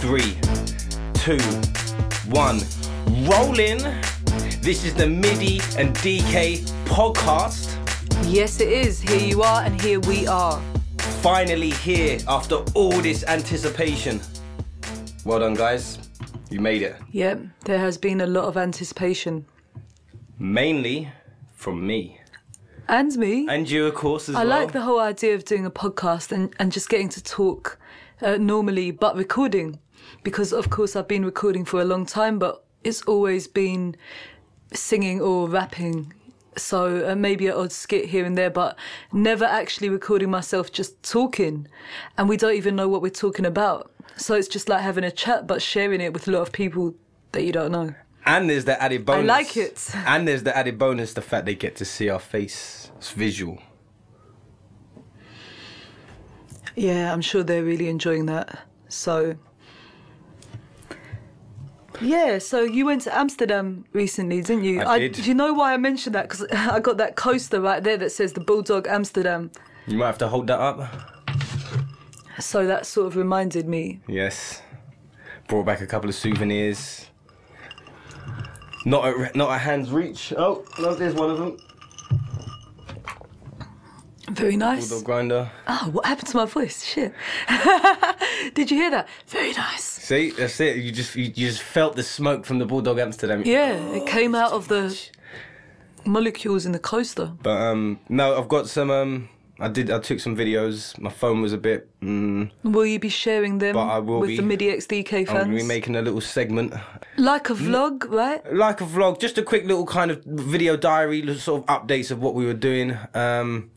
Three, two, one. Rolling. This is the MIDI and DK podcast. Yes, it is. Here you are, and here we are. Finally here after all this anticipation. Well done, guys. You made it. Yep, there has been a lot of anticipation. Mainly from me. And me. And you, of course, as I well. like the whole idea of doing a podcast and, and just getting to talk uh, normally, but recording. Because, of course, I've been recording for a long time, but it's always been singing or rapping. So uh, maybe an odd skit here and there, but never actually recording myself just talking. And we don't even know what we're talking about. So it's just like having a chat, but sharing it with a lot of people that you don't know. And there's the added bonus. like it. And there's the added bonus the fact they get to see our face. It's visual. Yeah, I'm sure they're really enjoying that. So, yeah. So you went to Amsterdam recently, didn't you? I did. Do you know why I mentioned that? Because I got that coaster right there that says the Bulldog Amsterdam. You might have to hold that up. So that sort of reminded me. Yes. Brought back a couple of souvenirs. Not at, re- not at hand's reach. Oh, no, there's one of them. Very nice. Bulldog grinder. Oh, what happened to my voice? Shit. Did you hear that? Very nice. See, that's it. You just you, you just felt the smoke from the Bulldog Amsterdam. Yeah, Oh, it came out of the molecules in the coaster. But um, no, I've got some. Um, I did. I took some videos. My phone was a bit. Mm, Will you be sharing them But I will with be- the MIDI XDK fans? I'm gonna be making a little segment, like Hmm? a vlog, right? like a vlog, just a quick little kind of video diary, little sort of updates of what we were doing. Um,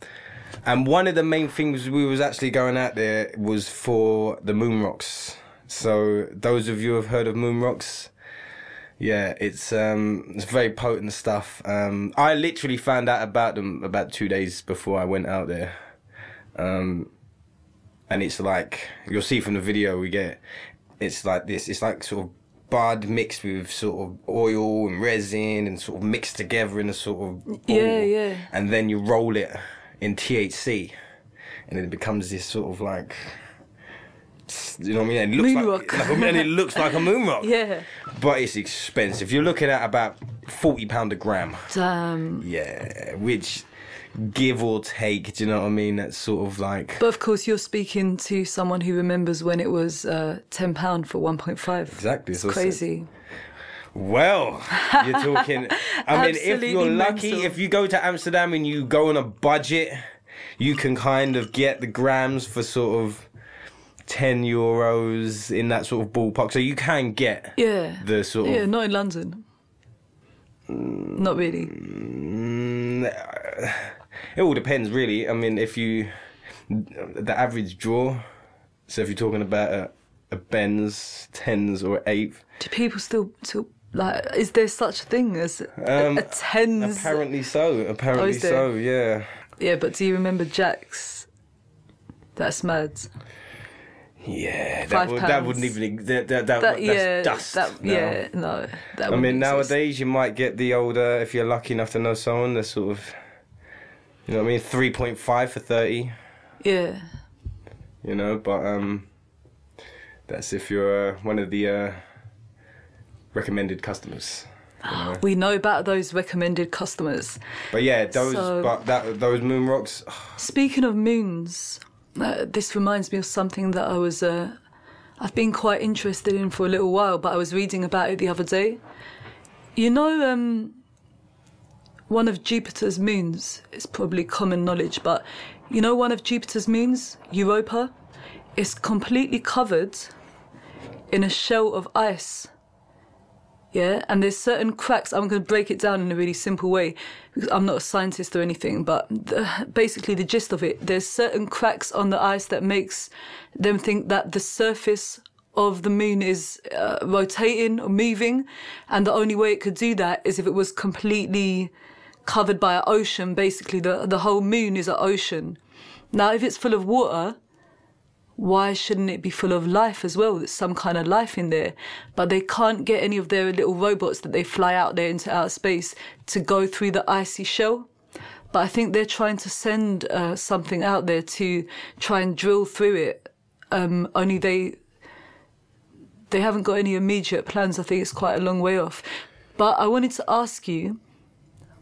and one of the main things we was actually going out there was for the Moon Rocks. So those of you who have heard of Moon Rocks, yeah, it's um, it's very potent stuff. Um, I literally found out about them about two days before I went out there. Um, and it's like you'll see from the video we get, it's like this. It's like sort of bud mixed with sort of oil and resin and sort of mixed together in a sort of ball. Yeah, yeah. And then you roll it in THC, and it becomes this sort of like. You know what I mean? It looks Moon like, rock. like a- and it looks like a moon rock. Yeah. But it's expensive. You're looking at about forty pound a gram. Damn. Yeah, which give or take, do you know what I mean? That's sort of like But of course, you're speaking to someone who remembers when it was uh, ten pound for one point five. Exactly, it's so it's- crazy. well, you're talking. I mean, if Absolutely you're lucky, mental. if you go to Amsterdam and you go on a budget, you can kind of get the grams for sort of ten euros in that sort of ballpark. So you can get Yeah. the sort yeah, of not in London. Not really. Mm, it all depends, really. I mean, if you the average draw, so if you're talking about a, a Benz, tens, or eighth, Do people still still like? Is there such a thing as a- Um, a tens? apparently so. Apparently is there? so. Yeah. yeah, but do you remember Jack's? That's mad. Yeah. That, Five would, that pounds. wouldn't even that, that, that, That that's yeah, dust. that now. yeah, no. That I mean, wouldn't exist. nowadays you might get the older if you're lucky enough to know someone. They're sort of, you know, what I mean, three point five for thirty. Yeah, you know. But um, that's if you're uh, one of the uh, recommended customers. we know about those recommended customers. But yeah, those So- but that those moon rocks. Speaking of moons, uh, this reminds me of something that I was. Uh, I've been quite interested in for a little while, but I was reading about it the other day. You know, um, one of Jupiter's moons, it's probably common knowledge, but you know, one of Jupiter's moons, Europa, is completely covered in a shell of ice. Yeah, and there's certain cracks. I'm going to break it down in a really simple way because I'm not a scientist or anything, but the, basically the gist of it, there's certain cracks on the ice that makes them think that the surface of the moon is uh, rotating or moving, and the only way it could do that is if it was completely covered by an ocean. Basically, the the whole moon is an ocean. Now, if it's full of water, why shouldn't it be full of life as well? There's some kind of life in there. But they can't get any of their little robots that they fly out there into outer space to go through the icy shell. But I think they're trying to send uh, something out there to try and drill through it. Um, only they they haven't got any immediate plans. I think it's quite a long way off. But I wanted to ask you,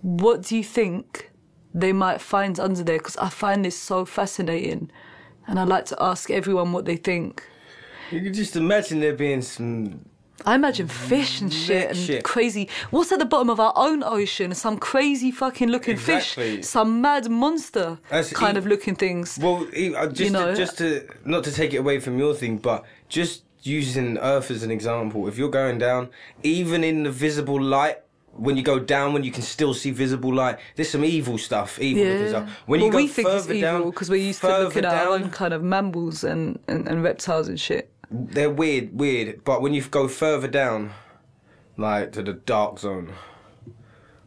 what do you think they might find under there? Because I find this so fascinating, and I like to ask everyone what they think. You can just imagine there being some. I imagine fish and shit and Mm, shit. crazy. What's at the bottom of our own ocean? Some crazy fucking looking Exactly. fish, some mad monster That's- e- kind of looking things. Well, e- uh, just You know- to, just to not to take it away from your thing, but just using Earth as an example. If you're going down, even in the visible light. When you go down, when you can still see visible light, there's some evil stuff. Evil looking Yeah. stuff. When well, you go we think it's further evil down, because we're used to further looking at down, our own kind of mammals and, and, and reptiles and shit. they're weird, weird. But when you go further down, like to the dark zone,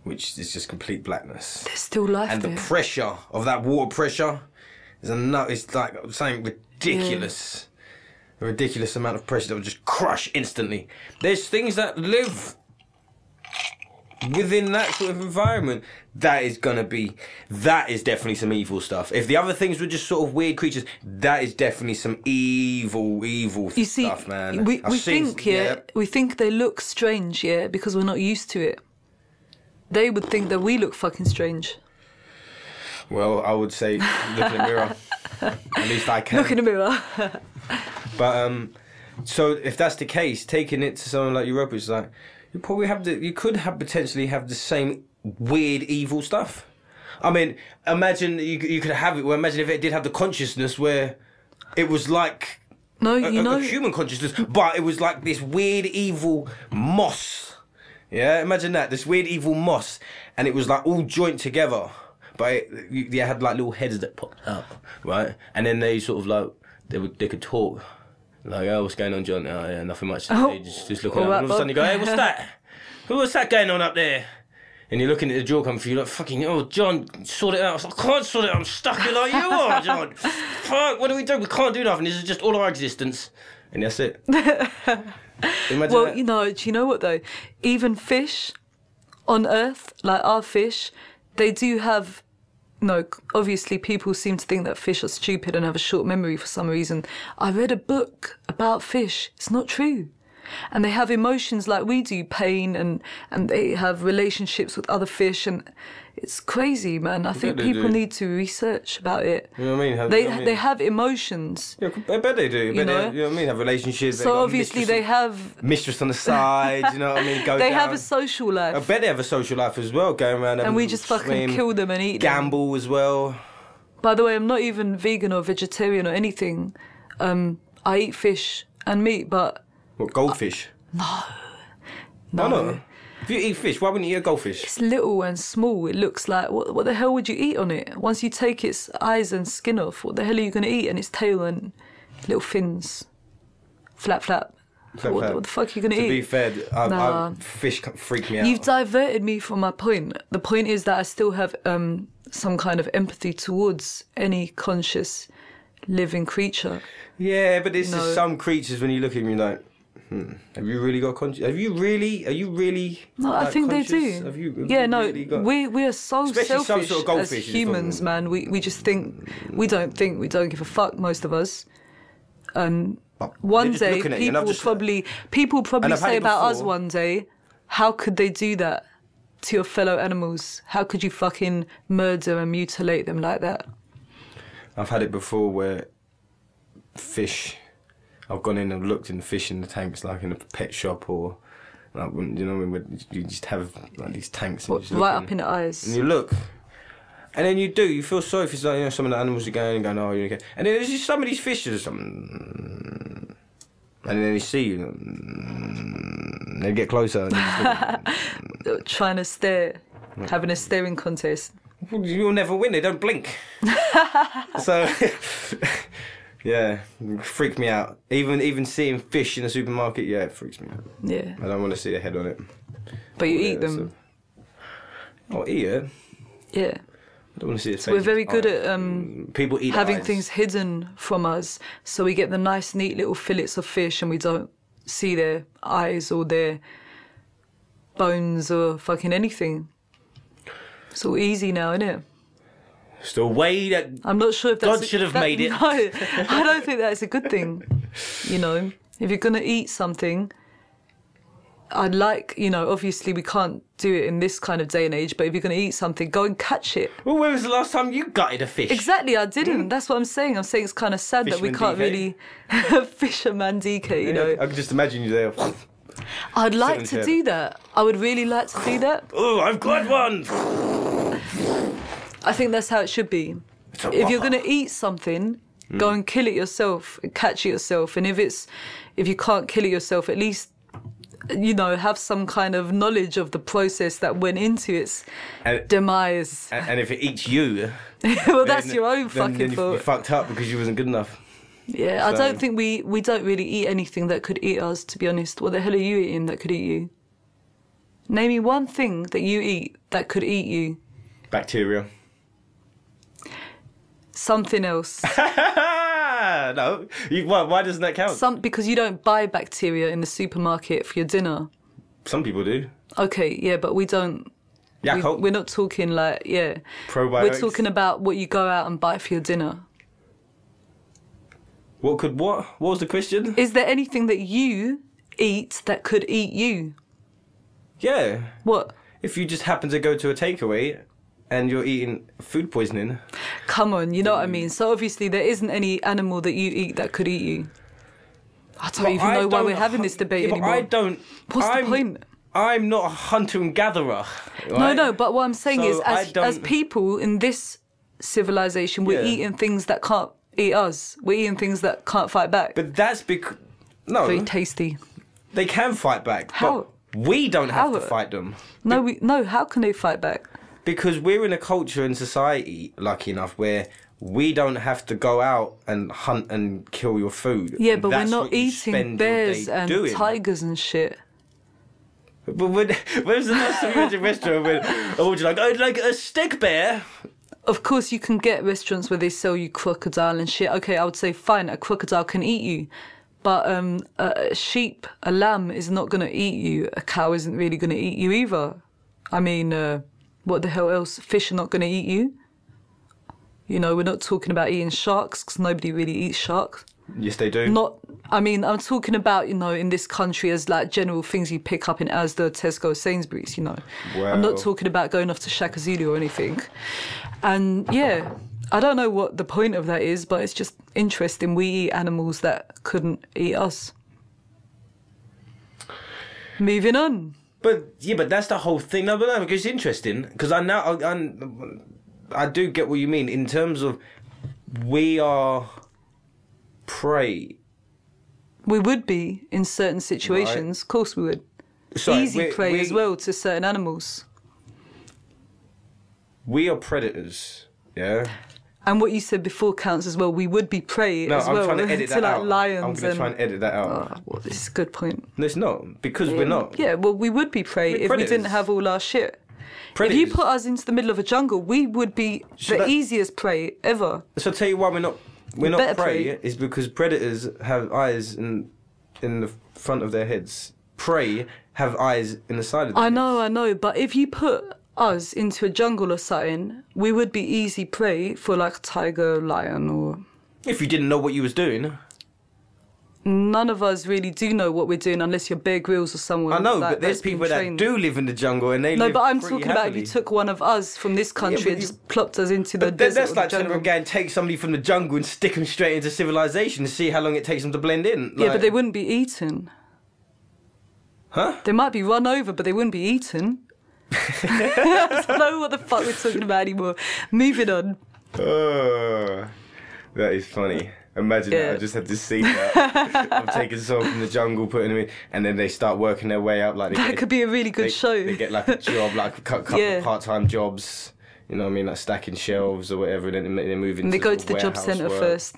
which is just complete blackness, There's still life and the there. pressure of that water pressure is a no. It's like something ridiculous, a ridiculous amount of pressure that will just crush instantly. There's things that live within that sort of environment, that is gonna be that is definitely some evil stuff. If the other things were just sort of weird creatures, that is definitely some evil, evil you see, stuff, man. we, I've we seen- think yeah, we think they look strange yeah because we're not used to it. They would think that we look fucking strange. Well, I would say look in the mirror. At least I can. Look in the mirror. But um, so if that's the case, taking it to someone like Europa is like you probably have the you could have potentially have the same weird evil stuff. I mean, imagine you you could have it. Well, imagine if it did have the consciousness where it was like No, a, you a- know. a human consciousness, but it was like this weird evil moss. Yeah, imagine that this weird evil moss, and it was like all joint together. But it, you, they had like little heads that popped up, right? And then they sort of like they would they could talk, like oh what's going on, John? Oh yeah, nothing much. Oh. They just, just looking All up, right, and all of a sudden you Bob. go, hey, what's that? What's that going on up there? And you're looking at the jaw come for you like fucking oh John sort it out. I can't sort it. out. I'm stuck here like you are, John. Fuck, what do we do? We can't do nothing. This is just all our existence, and that's it. Imagine Well, that. you know, do you know what though? Even fish on Earth, like our fish, they do have. No, obviously, people seem to think that fish are stupid and have a short memory for some reason. I read a book about fish. It's not true. And they have emotions like we do, pain, and, and they have relationships with other fish. And it's crazy, man. I think they do. people need to research about it. You know what I mean? Have- They, you know what I they mean? have emotions. Yeah, I bet they do. I bet You they- You know? know, what I mean? Have relationships. they So got a obviously, mistress they on- have mistress on the side. you know what I mean? Go they down. have a social life. I bet they have a social life as well, going around and we just fucking kill them and eat them. Gamble as well. By the way, I'm not even vegan or vegetarian or anything. Um, I eat fish and meat, but What goldfish? no, Why not? If you eat fish, why wouldn't you eat a goldfish? it's little and small. It looks like what, what the hell would you eat on it? Once you take its eyes and skin off, what the hell are you going to eat? And its tail and little fins, flap flap. Flap, what, flap. what the fuck are you going To to be eat? fair, I, Nah. I, fish c- freak me out. You've diverted me from my point. The point is that I still have um, some kind of empathy towards any conscious living creature. yeah, but it's No. just some creatures when you look at them, you're like, hmm, have you really got conscious? Have you really? Are you really? No, I like, think they conscious? do. Have you? have yeah, you no, really got- we we are so Especially some sort selfish of goldfish as you're talking humans, man. We we just think we don't think we don't give a fuck. Most of us. Um, But one they're just day looking at you, people and I've will just- uh, probably people will And probably I've had say it about us before. one day, how could they do that to your fellow animals? How could you fucking murder and mutilate them like that? I've had it before where fish, I've gone in and looked in the fish in the tanks, like in a pet shop or, like, when- you know, when you just have like these tanks and you just look right in. up in the eyes. and you look. And then you do, you feel sorry for some- you know, some of the animals are going and going, oh, you're okay. And then there's just some of these fishes or something. And then they see you. mm, They get closer. And they just look. trying to stare, having a staring contest. Well, You'll never win. They don't blink. so, yeah, freaked me out. Even even seeing fish in the supermarket, yeah, it freaks me out. Yeah, I don't want to see a head on it. but you Yeah, eat them. So. I'll eat it. I Yeah, don't want to see its so face. we're very good Eyes. at um, people eat having eyes. things hidden from us, so we get the nice, neat little fillets of fish, and we don't see their eyes or their bones or fucking anything. It's all easy now, isn't it? It's the way that I'm not sure if that's God a- should have that- made it. No, I don't think that's a good thing. You know, If you're gonna eat something, I'd like, you know, obviously we can't do it in this kind of day and age, but if you're gonna eat something, go and catch it. Well, when was the last time you gutted a fish? Exactly, I didn't. That's what I'm saying. I'm saying it's kind of sad that we can't Fisherman really fisherman DK, you know. I can just imagine you there. I'd like Sitting to here. do that. I would really like to do that. Oh, I've got one. I think that's how it should be. a If you're whopper. going to eat something, Mm. go and kill it yourself, catch it yourself. And if it's if you can't kill it yourself, at least you know have some kind of knowledge of the process that went into its And, demise. and, and if it eats you, well, that's then- your own then- fucking then you- fault. You fucked up because you wasn't good enough. yeah, I so- don't think we we don't really eat anything that could eat us. To be honest, what the hell are you eating that could eat you? Name me one thing that you eat that could eat you. Bacteria. Something else. no. You, why, why doesn't that count? Some, Some because you don't buy bacteria in the supermarket for your dinner. people do. Okay, yeah, but we don't. We, Yakult. we're not talking like yeah. probiotics. We're talking about what you go out and buy for your dinner. What could what? What was the question? Is there anything that you eat that could eat you? Yeah. What? If you just happen to go to a takeaway and you're eating food poisoning, Come on, you know Mm. what I mean. So obviously there isn't any animal that you eat that could eat you. I don't even I know why don't we're having hun- this debate yeah, but anymore. I don't. What's the I'm, point? I'm not a hunter and gatherer. No, right? no, but what I'm saying So is, I as, as don't- people in this civilization, we're Yeah. eating things that can't eat us. We're eating things that can't fight back. But that's because no, Very tasty. they can fight back. How? But we don't have to How? fight them No, we, no. How can they fight back? because we're in a culture and society, lucky enough, where we don't have to go out and hunt and kill your food. Yeah, but That's we're not what you eating spend your bears day and doing. tigers and shit. But when, when's the last time you went to a restaurant when oh, would you like I'd like a steak bear? Of course, you can get restaurants where they sell you crocodile and shit. Okay, I would say fine, a crocodile can eat you, but um, a a sheep, a lamb is not going to eat you. A cow isn't really going to eat you either. I mean, uh, what the hell else? Fish are not going to eat you. You know, we're not talking about eating sharks because nobody really eats sharks. Yes, they do. not I mean, I'm talking about, you know, in this country as like general things you pick up in Asda, Tesco, Sainsbury's, you know. I'm Wow. not talking about going off to Shaka Zulu or anything. And yeah, I don't know what the point of that is, but it's just interesting. We eat animals that couldn't eat us. Moving on. But yeah, but that's the whole thing. No, but no, because it's interesting because I now I, I'm- I do get what you mean in terms of we are prey. We would be in certain situations, of course we would. Sorry, Easy we- prey we- as well to certain animals. We are predators. Yeah. And what you said before counts as well. We would be prey No, as I'm well trying to edit that like out. lions I'm going to and try and edit that out. Oh, well, this is a good point. No, it's not because we're not. Yeah, well, we would be prey We're if we didn't predators. have all our shit. Predators. If you put us into the middle of a jungle, we would be Should the I- easiest prey ever. So I'll tell you why we're not we're Better not prey, prey. is because predators have eyes in in the front of their heads. Prey have eyes in the side of their I heads. know, I know, but if you put us into a jungle or something, we would be easy prey for like a tiger, lion, or If you didn't know what you was doing, none of us really do know what we're doing unless you're Bear Grylls or someone. I know, like but there's that's been people that trained. do live in the jungle and they No, live but I'm pretty talking happily. about if you took one of us from this country but and you- just plopped us into the But then desert. that's or the like trying to jungle. go and take somebody from the jungle and stick them straight into civilization and see how long it takes them to blend in. Yeah, Like- but they wouldn't be eaten. Huh? They might be run over, but they wouldn't be eaten. I don't know what the fuck we're talking about anymore. Moving on. Oh, that is funny. Imagine that. I Yeah. just had to see that. I'm taking someone from the jungle, putting them in, and then they start working their way up. Like they That get, could be a really good they, show. They get like a job, like a cou- couple Yeah. of part-time jobs. You know what I mean? Like stacking shelves or whatever, and then they move into. And they go sort to of the job warehouse centre work. first.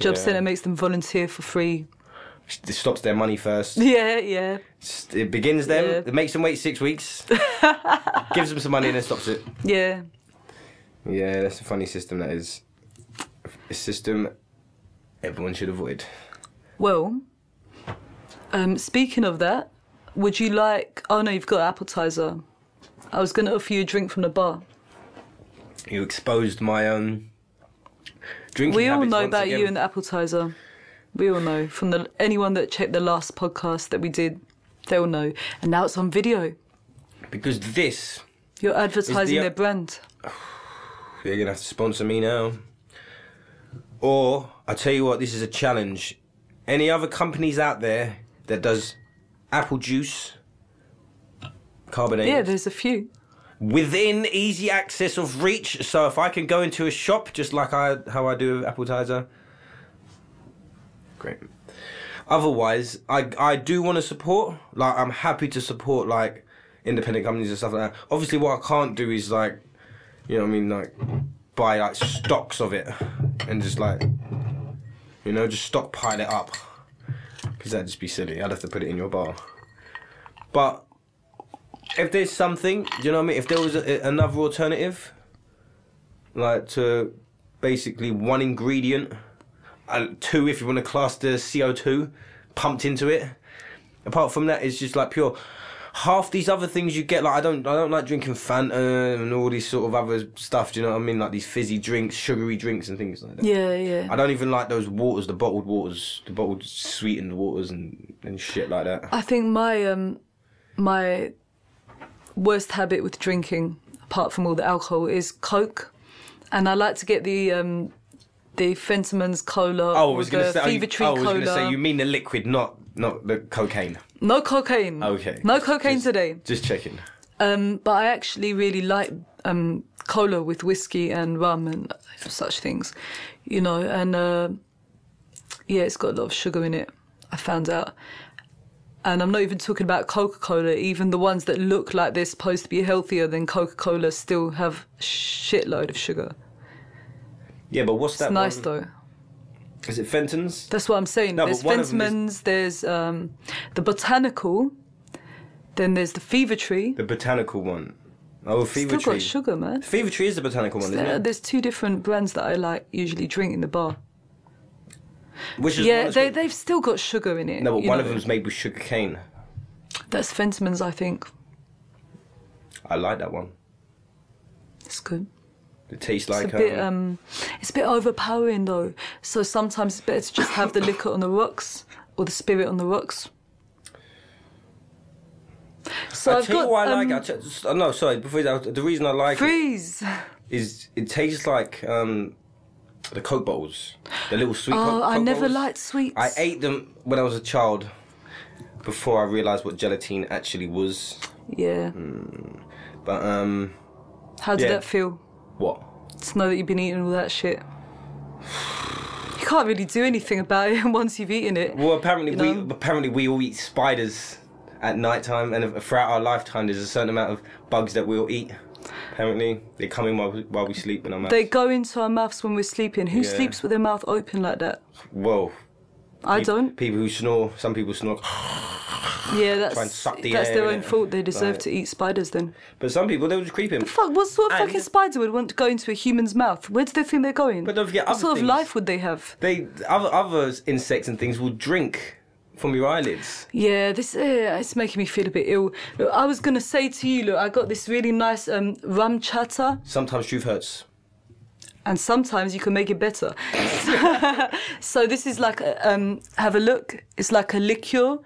Job Yeah. centre makes them volunteer for free. It stops their money first. Yeah, yeah. It begins them. Yeah. It makes them wait six weeks. gives them some money and then stops it. Yeah. Yeah, that's a funny system. That is a system everyone should avoid. Well, um, speaking of that, would you like. Oh no, you've got an appetiser. I was going to offer you a drink from the bar. You exposed my um drinking We all habits know once about again. you and the appetiser. We all know from the anyone that checked the last podcast that we did, they all know. And now it's on video. Because this, You're advertising the- Oh, their brand. you're gonna have to sponsor me now. Or I tell you what, this is a challenge. Any other companies out there that does apple juice, carbonated, Yeah, there's a few. within easy access of reach. So if I can go into a shop, just like I how I do with appetizer, great. Otherwise, I I do want to support. Like I'm happy to support like independent companies and stuff like that. Obviously, what I can't do is like, you know, what I mean, like buy like stocks of it and just like, you know, just stockpile it up because that'd just be silly. I'd have to put it in your bar. But if there's something, do you know what I mean? If there was a, another alternative, like to basically one ingredient, uh, two if you want to class the CO2 pumped into it. Apart from that, it's just like pure. Half these other things you get, like I don't, I don't like drinking Fanta and all these sort of other stuff. Do you know what I mean? Like these fizzy drinks, sugary drinks, and things like that. Yeah, yeah. I don't even like those waters, the bottled waters, the bottled sweetened waters and, and shit like that. I think my um my worst habit with drinking, apart from all the alcohol, is Coke, and I like to get the um the Fentiman's cola. Oh, I or was gonna the say. oh, you- Fever Tree oh, I was cola. gonna say you mean the liquid, not not the cocaine. No cocaine. Okay. No cocaine today. Just checking. Um, but I actually really like um, cola with whiskey and rum and such things, you know. And uh, yeah, it's got a lot of sugar in it. I found out. And I'm not even talking about Coca Cola. Even the ones that look like they're supposed to be healthier than Coca Cola still have shitload of sugar. Yeah, but what's It's that? nice one? though. Is it Fenton's? That's what I'm saying. No, there's but one of 'em is- Fentimans, there's um, the botanical, then there's the fever tree. The botanical one. Oh, fever Still tree. got sugar, man. fever tree is the botanical one, There- isn't there's two different brands that I like usually drink in the bar. it? Which is one yeah, that's they got- they've still got sugar in it. No, but you one know. of them's made with sugar cane. That's Fentimans, I think. I like that one. It's good. It tastes It's like a bit um, um, it's a bit overpowering though. So sometimes it's better to just have the liquor on the rocks or the spirit on the rocks. So I have tell got you why I like um, it. I t- no, sorry. Before that, the reason I like it freeze. is it tastes like um, the coke bottles, the little sweet. Oh, Coke- I Coke never bottles. liked sweets. I ate them when I was a child before I realised what gelatine actually was. Yeah. But, um, How did Hmm. yeah. that feel? what? to know that you've been eating all that shit. You can't really do anything about it once you've eaten it. Well, apparently You we know? apparently we all eat spiders at night time, and throughout our lifetime, there's a certain amount of bugs that we'll eat. Apparently, they come in while we, while we sleep, and I'm They like, go into our mouths when we're sleeping. Who Yeah. sleeps with their mouth open like that? whoa. I Pe- don't. People who snore. Some people snore, Yeah, and that's suck the that's air their in own it. fault. They deserve Like- to eat spiders then. but some people they'll just creep in. Fuck, what sort of And- fucking spider would want to go into a human's mouth? Where do they think they're going? But don't forget what other sort of things. life would they have? They other other insects and things will drink from your eyelids. Yeah, this uh, it's making me feel a bit ill. Look, I was gonna say to you, look, I got this really nice um, rum chata. Sometimes truth hurts. and sometimes you can make it better. so this is like a, um, have a look. It's like a liqueur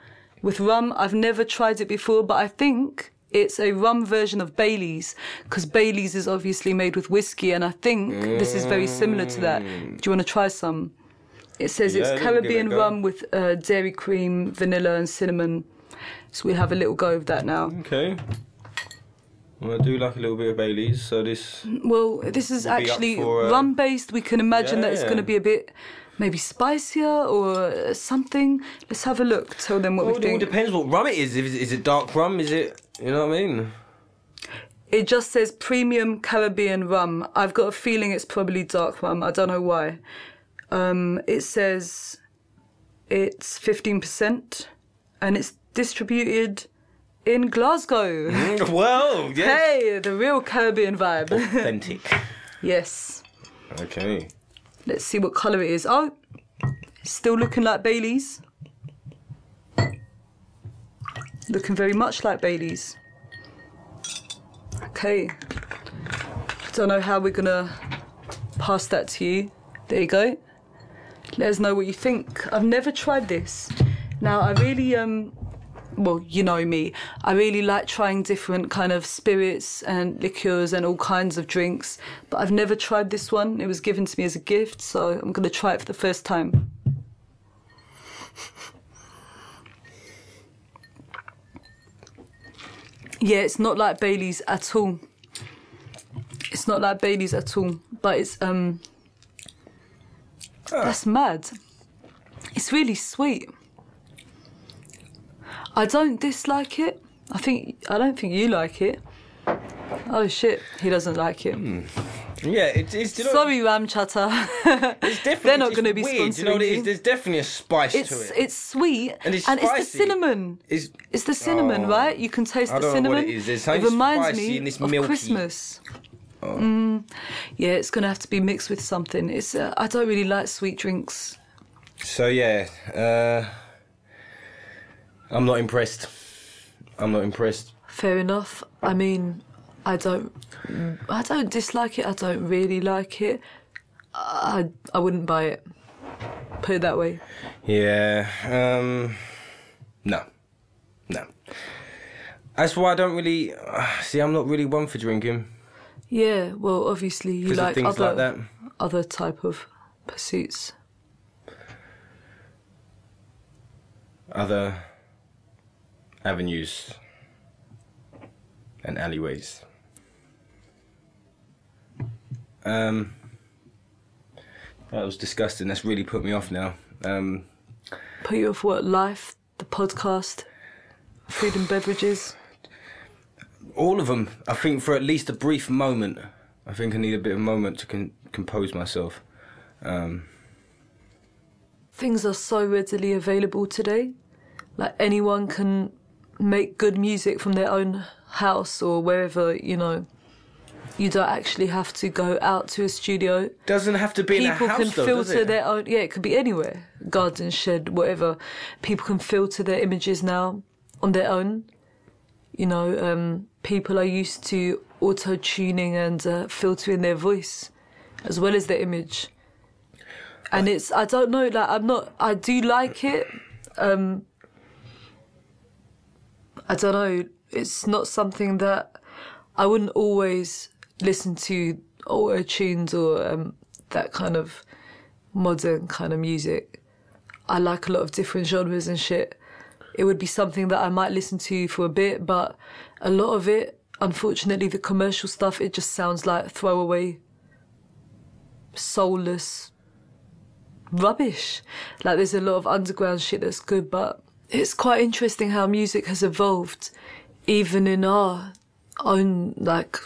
with rum. I've never tried it before, but I think it's a rum version of Bailey's because Bailey's is obviously made with whiskey, and I think this is very similar to that. Do you want to try some? It says Yeah, it's let me give it a Caribbean go. rum with uh, dairy cream, vanilla, and cinnamon. So we'll have a little go of that now. Okay. Well, I do like a little bit of Bailey's, so this. Well, this is We'll be up actually for, uh, rum based. We can imagine that it's yeah. going to be a bit maybe spicier or something. Let's have a look. Tell them what Well, we it all think. depends what rum it is. If it's- Is it dark rum? Is it? You know what I mean? it just says premium Caribbean rum. I've got a feeling it's probably dark rum. I don't know why. Um, it says it's 15% and it's distributed in Glasgow. Whoa! Yes. Hey, the real Caribbean vibe. authentic. yes. Okay. Let's see what colour it is. Oh, still looking like Bailey's. Looking very much like Bailey's. Okay. Don't know how we're gonna pass that to you. There you go. Let us know what you think. I've never tried this. Now I really um well, you know me. I really like trying different kind of spirits and liqueurs and all kinds of drinks, but I've never tried this one. It was given to me as a gift, so I'm going to try it for the first time. Yeah, it's not like Bailey's at all. It's not like Bailey's at all, but it's um that's mad. It's really sweet. I don't dislike it. I think I don't think you like it. Oh shit, he doesn't like it. Yeah, it, it's do you know, Sorry, Ram Chatter. It's different. They're not it's going to be weird. sponsoring Do you know what it you. is? There's definitely a spice It's to it. it's sweet And it's the spicy. cinnamon. It's- It's the cinnamon, Oh. right? You can taste I the don't know cinnamon. what it is. There's something reminds spicy me and it's of milky. Oh. Christmas. Mm, yeah, it's gonna have to be mixed with something. It's uh, I don't really like sweet drinks. So yeah, uh, I'm not impressed. I'm not impressed. Fair enough. I mean, I don't, I don't dislike it. I don't really like it. I, I wouldn't buy it. Put it that way. Yeah. Um, no. No. That's why I don't really see. I'm not really one for drinking Yeah. Well, obviously you because of like things other like that. other type of pursuits. Other avenues and alleyways. Um, that was disgusting. That's really put me off now. Um, Put you off work, life, the podcast, food and beverages. All of them. I think for at least a brief moment. I think I need a bit of a moment to con- compose myself. Um, Things are so readily available today. Like anyone can make good music from their own house or wherever, you know. You don't actually have to go out to a studio. doesn't have to be People in a house can though, does filter it? their own. Yeah, it could be anywhere garden, shed, whatever. People can filter their images now on their own. You know, um, people are used to auto tuning and uh, filtering their voice as well as their image. And it's, I don't know, like, I'm not, I do like it. Um, I don't know, it's not something that I wouldn't always listen to auto tunes or um, that kind of modern kind of music. I like a lot of different genres and shit. It would be something that I might listen to for a bit, but a lot of it, unfortunately, the commercial stuff, it just sounds like throwaway, soulless rubbish. Like there's a lot of underground shit that's good, but it's quite interesting how music has evolved, even in our own like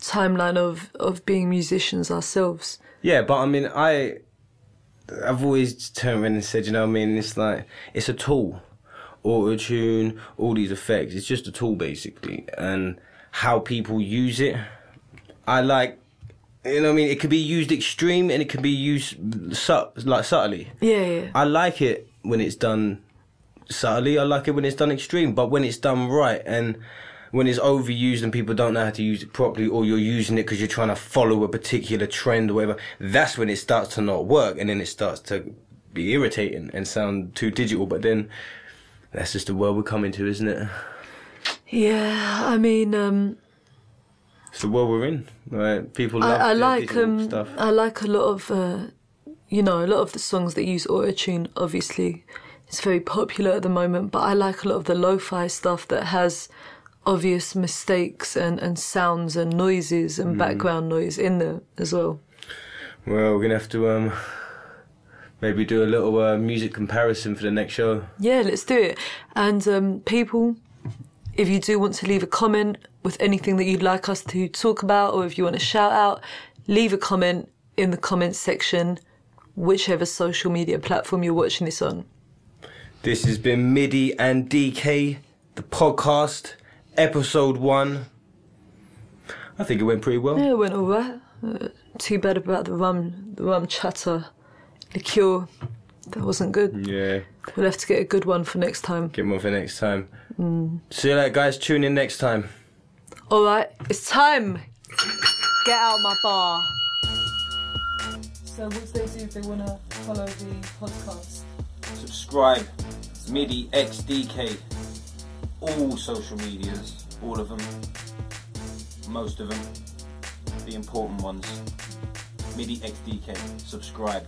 timeline of of being musicians ourselves. Yeah, but I mean, I, I've always turned around and said, you know, what I mean, it's like it's a tool, auto tune, all these effects. It's just a tool basically, and how people use it. I like, you know, what I mean, it could be used extreme and it can be used sub like subtly. Yeah, yeah. I like it when it's done subtly. I like it when it's done extreme, but when it's done right and when it's overused and people don't know how to use it properly, or you're using it because you're trying to follow a particular trend or whatever, that's when it starts to not work and then it starts to be irritating and sound too digital. But then that's just the world we're coming to, isn't it? Yeah, I mean, um, It's the world we're in. Right? People love I, their I like digital um, stuff. I like a lot of, uh, you know, a lot of the songs that use autotune. Obviously, it's very popular at the moment, but I like a lot of the lo-fi stuff that has obvious mistakes and, and sounds and noises Mm. and background noise in there as well. Well, we're gonna have to um, maybe do a little uh, music comparison for the next show. Yeah, let's do it. And um, people, if you do want to leave a comment with anything that you'd like us to talk about, or if you want to shout out, leave a comment in the comments section, whichever social media platform you're watching this on. This has been MIDI and DK, the podcast, episode one. I think it went pretty well. Yeah, it went all right. Uh, too bad about the rum, the rum chatter, the cure. That wasn't good. Yeah, We'll have to get a good one for next time. get more for next time. See you later, guys. Tune in next time. All right, it's time. Get out my bar. So what do they do if they want to follow the podcast? subscribe, MIDI XDK, all social medias, all of them, most of them, the important ones. MIDI XDK, subscribe.